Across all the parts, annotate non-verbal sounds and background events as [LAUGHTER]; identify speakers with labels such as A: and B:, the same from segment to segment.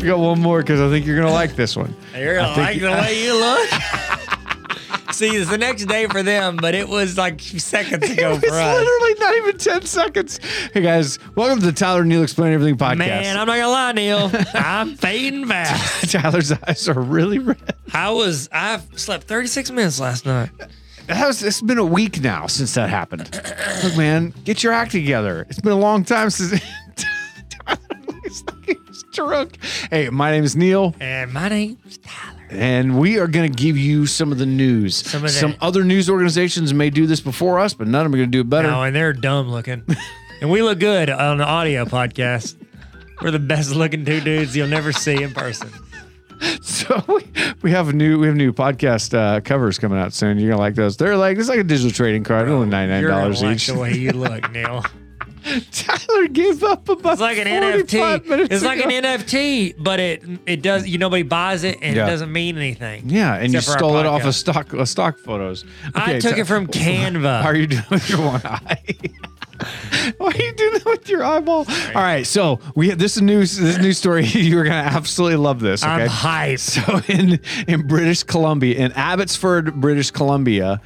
A: forward because I think you're gonna like this one.
B: You're gonna like the way you look.
A: [LAUGHS]
B: See, it's the next day for them, but it was like seconds ago
A: It's
B: for us.
A: literally not even ten seconds. Hey guys, welcome to the Tyler Neal Explain Everything podcast.
B: Man, I'm not gonna lie, Neil. I'm fading
A: [LAUGHS]
B: fast.
A: Tyler's eyes are really red.
B: I was I slept 36 minutes last night.
A: That was, it's been a week now since that happened. Look, man, get your act together. It's been a long time since. [LAUGHS] Tyler [LAUGHS] looks like he's drunk. Hey, my name is Neil,
B: And my name's Tyler.
A: and we are going to give you some of the news. Some,
B: of the-
A: other news organizations may do this before us, but none of them are going to do it better.
B: Oh, and they're
A: [LAUGHS]
B: dumb looking. and we look good on the audio podcast. We're the best looking two dudes you'll never see in person.
A: [LAUGHS] So we, we have a new we have new podcast uh, covers coming out soon. You're gonna like those. They're like it's like a digital trading card, only ninety nine
B: You're gonna
A: dollars
B: like
A: each.
B: the way you look, Neil.
A: [LAUGHS] Tyler gave up about
B: It's like an
A: 45
B: NFT.
A: minutes
B: It's like
A: ago.
B: an NFT, but it it does you nobody buys it and
A: Yeah.
B: it doesn't mean anything.
A: Yeah, and
B: Except
A: you
B: for our
A: stole it off
B: podcast.
A: of stock uh, stock photos.
B: I
A: Okay,
B: took
A: so- [LAUGHS]
B: it from Canva.
A: How are you doing with your one eye? [LAUGHS] Why are you doing that with your eyeball? All right, so we have this is news. This news story [LAUGHS] you're gonna absolutely love this. Okay,
B: I'm hyped.
A: so [LAUGHS] in in British Columbia, in Abbotsford, British Columbia,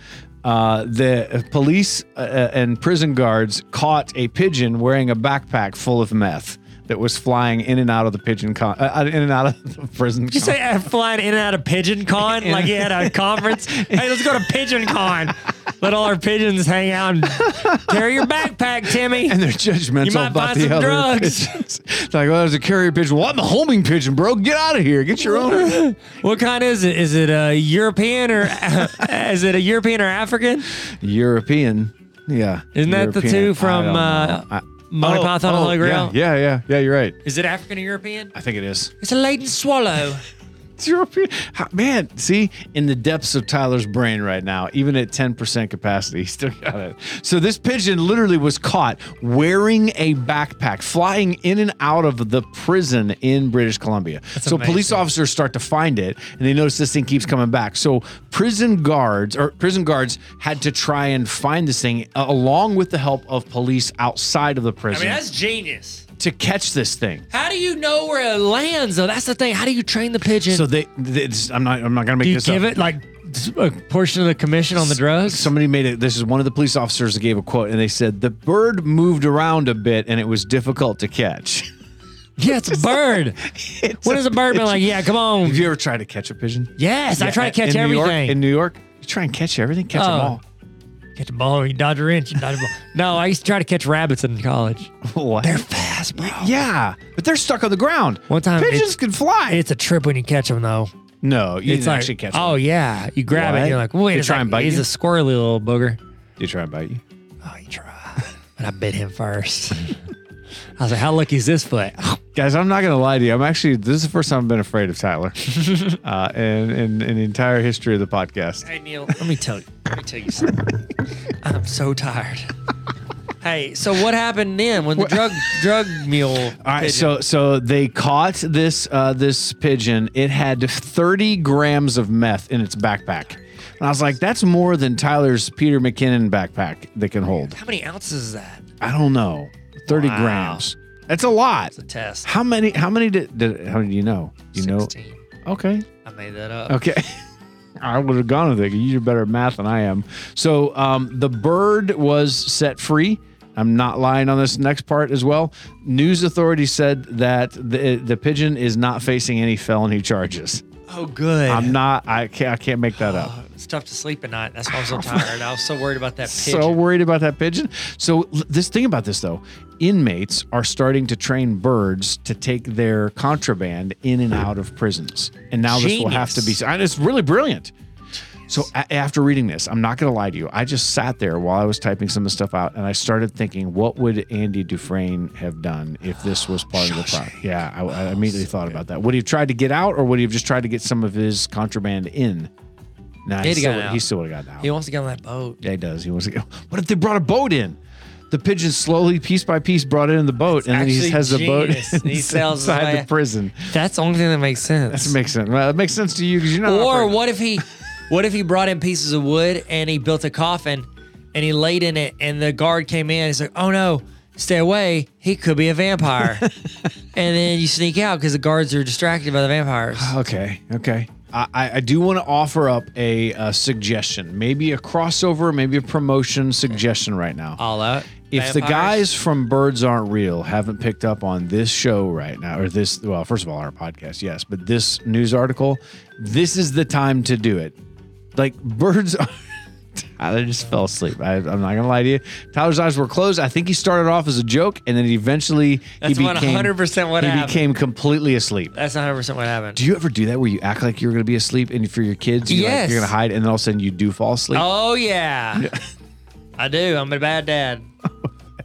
A: uh, the police uh, and prison guards caught a pigeon wearing a backpack full of meth that was flying in and out of the pigeon con- uh, in and out of the prison.
B: You say uh, flying in and out of Pigeon Con, like he had a conference. hey, let's go to Pigeon Con. Let all our pigeons hang out.
A: [LAUGHS]
B: And carry your backpack,
A: [LAUGHS]
B: Timmy.
A: and they're judgmental
B: You might
A: about
B: find
A: the
B: some
A: other [LAUGHS]
B: drugs.
A: pigeons. It's like, well, there's a carrier pigeon. Well, I'm a homing pigeon, bro. Get out of here. Get your own.
B: [LAUGHS] What kind is it? Is it a European or [LAUGHS] is it a European or African?
A: European. Yeah.
B: Isn't that the
A: European.
B: two
A: I
B: from
A: don't
B: uh,
A: know. I-
B: Monty
A: Oh,
B: Python and
A: oh,
B: Holy Grail?
A: Yeah, yeah, yeah, yeah. You're right.
B: Is it African or European?
A: I think it is.
B: It's a laden swallow.
A: It's European. How- Man, see, in the depths of Tyler's brain right now, even at 10% capacity, [LAUGHS] he still got it. So this pigeon literally was caught wearing a backpack, flying in and out of the prison in British Columbia. so police
B: amazing.
A: officers start to find it and they notice this thing keeps coming back. So prison guards or prison guards had to try and find this thing uh, along with the help of police outside of the
B: I
A: prison
B: mean, that's genius.
A: to catch this thing.
B: How do you know where it lands, though? That's the thing. How do you train the pigeon?
A: So they, they I'm not I'm not going to make
B: do you
A: this up.
B: give it like a portion of the commission on
A: [LAUGHS]
B: the drugs?
A: Somebody made it. This is one of the police officers that gave a quote, and they said the bird moved around a bit, and it was difficult to catch.
B: Yeah, it's a bird.
A: It's
B: [LAUGHS] What is a bird been
A: pigeon.
B: like? Yeah, come on.
A: Have you ever tried to catch a pigeon?
B: Yes, I try to catch
A: in New York-
B: everything.
A: in New York, you try and catch everything, catch
B: Oh. catch a ball, you dodge a wrench, you dodge a ball. No, I used to try to catch rabbits in college. [LAUGHS]
A: them all. What?
B: They're fast, bro.
A: yeah, but they're stuck on the ground.
B: One time
A: pigeons
B: it's-
A: can fly.
B: It's a trip when you catch them, though.
A: no, you
B: It's
A: didn't
B: like,
A: actually catch.
B: oh
A: them.
B: yeah, you grab it,
A: What?
B: and you're like, wait,
A: They
B: a
A: try
B: second,
A: and bite
B: he's
A: you?
B: a squirrely little booger.
A: They try and bite you.
B: Oh, you try, [LAUGHS] but I bit him first. [LAUGHS] I was like, how lucky is
A: [LAUGHS]
B: this foot?
A: Guys, I'm not gonna lie to you. I'm actually this is the first time I've been afraid of
B: [LAUGHS]
A: Tyler, uh, in, in in the entire history of the podcast.
B: Hey Neil, let me tell you. Let me tell you something.
A: [LAUGHS]
B: I'm so tired. Hey, so what happened then when the drug drug mule?
A: All right, so so they caught this uh, this pigeon. It had 30 grams of meth in its backpack, and I was like, "That's more than Tyler's Peter McKinnon backpack that can hold."
B: how many ounces is that?
A: I don't know, 30
B: Wow.
A: grams. That's a lot.
B: The test.
A: How many? How many did? did how many do you know? You
B: 16.
A: know? Okay,
B: I made that up.
A: okay. [LAUGHS] I would have gone with it. You're better at math than I am. So um, the bird was set free. I'm not lying on this next part as well. News authorities said that the, the pigeon is not facing any felony charges.
B: Oh, good.
A: I'm not. I can't. I can't make that up.
B: it's tough to sleep at night. That's why I'm so tired. I was so worried about that
A: [LAUGHS]
B: pigeon.
A: so worried about that pigeon. So l- this thing about this though, inmates are starting to train birds to take their contraband in and out of prisons, and now this will have to be.
B: Genius.
A: And it's really brilliant. So a- after reading this, I'm not going to lie to you. I just sat there while I was typing some of the stuff out, and I started thinking, what would Andy Dufresne have done if this was part of the plot? Yeah, I, I immediately thought about that. Would he have tried to get out, or would he have just tried to get some of his contraband in? Nah, he
B: He'd have
A: still,
B: gotten
A: would-
B: out.
A: he still would have gotten out.
B: he wants to get on that boat.
A: Yeah, he does. He wants to go. [LAUGHS] What if they brought a boat in? The pigeon slowly, piece by piece, brought in the boat, and then he
B: actually
A: has [LAUGHS]
B: genius.
A: the boat
B: And he sells his
A: inside
B: way-
A: the prison.
B: That's the only thing that makes sense.
A: That makes sense. Well, it makes sense to you because you're not.
B: or
A: operating-
B: what if he, what if he brought in pieces of wood and he built a coffin, and he laid in it, and the guard came in. He's like, oh no, stay away. He could be a [LAUGHS] vampire. and then you sneak out because the guards are distracted by the vampires.
A: Okay. Okay. I, I I do want to offer up a, uh suggestion, maybe a crossover, maybe a promotion suggestion right now.
B: [SIGHS] All out.
A: if the
B: Vampires.
A: guys from Birds Aren't Real haven't picked up on this show right now, or this, well, first of all, our podcast, yes, but this news article, this is the time to do it. Like, birds are. [LAUGHS] Tyler just fell asleep. I, I'm not going to lie to you. Tyler's eyes were closed. I think he started off as a joke, and then eventually
B: That's
A: he became
B: 100% what
A: he
B: happened.
A: became completely asleep.
B: That's 100% what happened.
A: Do you ever do that where you act like you're going to be asleep and for your kids, you're,
B: Yes.
A: like, you're going to hide and then all of a sudden you do fall asleep?
B: Oh, yeah. I do. I'm a bad dad. [LAUGHS]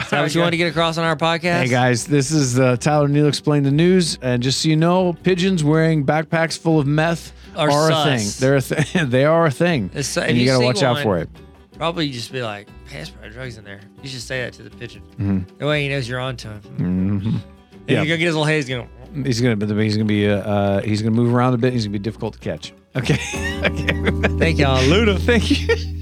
B: Is that what you want to get across on our podcast?
A: Hey guys, this is uh, Tyler Neal explain the news, and just so you know, pigeons wearing backpacks full of meth
B: Are
A: are,
B: sus.
A: a thing. They're a thing. [LAUGHS] they are a thing,
B: It's so- if
A: and you,
B: you
A: gotta
B: see
A: watch out
B: one-
A: for it.
B: Probably just be like, hey, that's probably drugs in there. You should say that to the pigeon. That way he knows you're on to him. Mm-hmm. And
A: Yeah.
B: you're going to get his little haze going.
A: He's gonna, but he's gonna be, uh, uh, he's gonna move around a bit. He's gonna be difficult to catch. [LAUGHS] Okay,
B: Thank y'all. Luda.
A: thank you.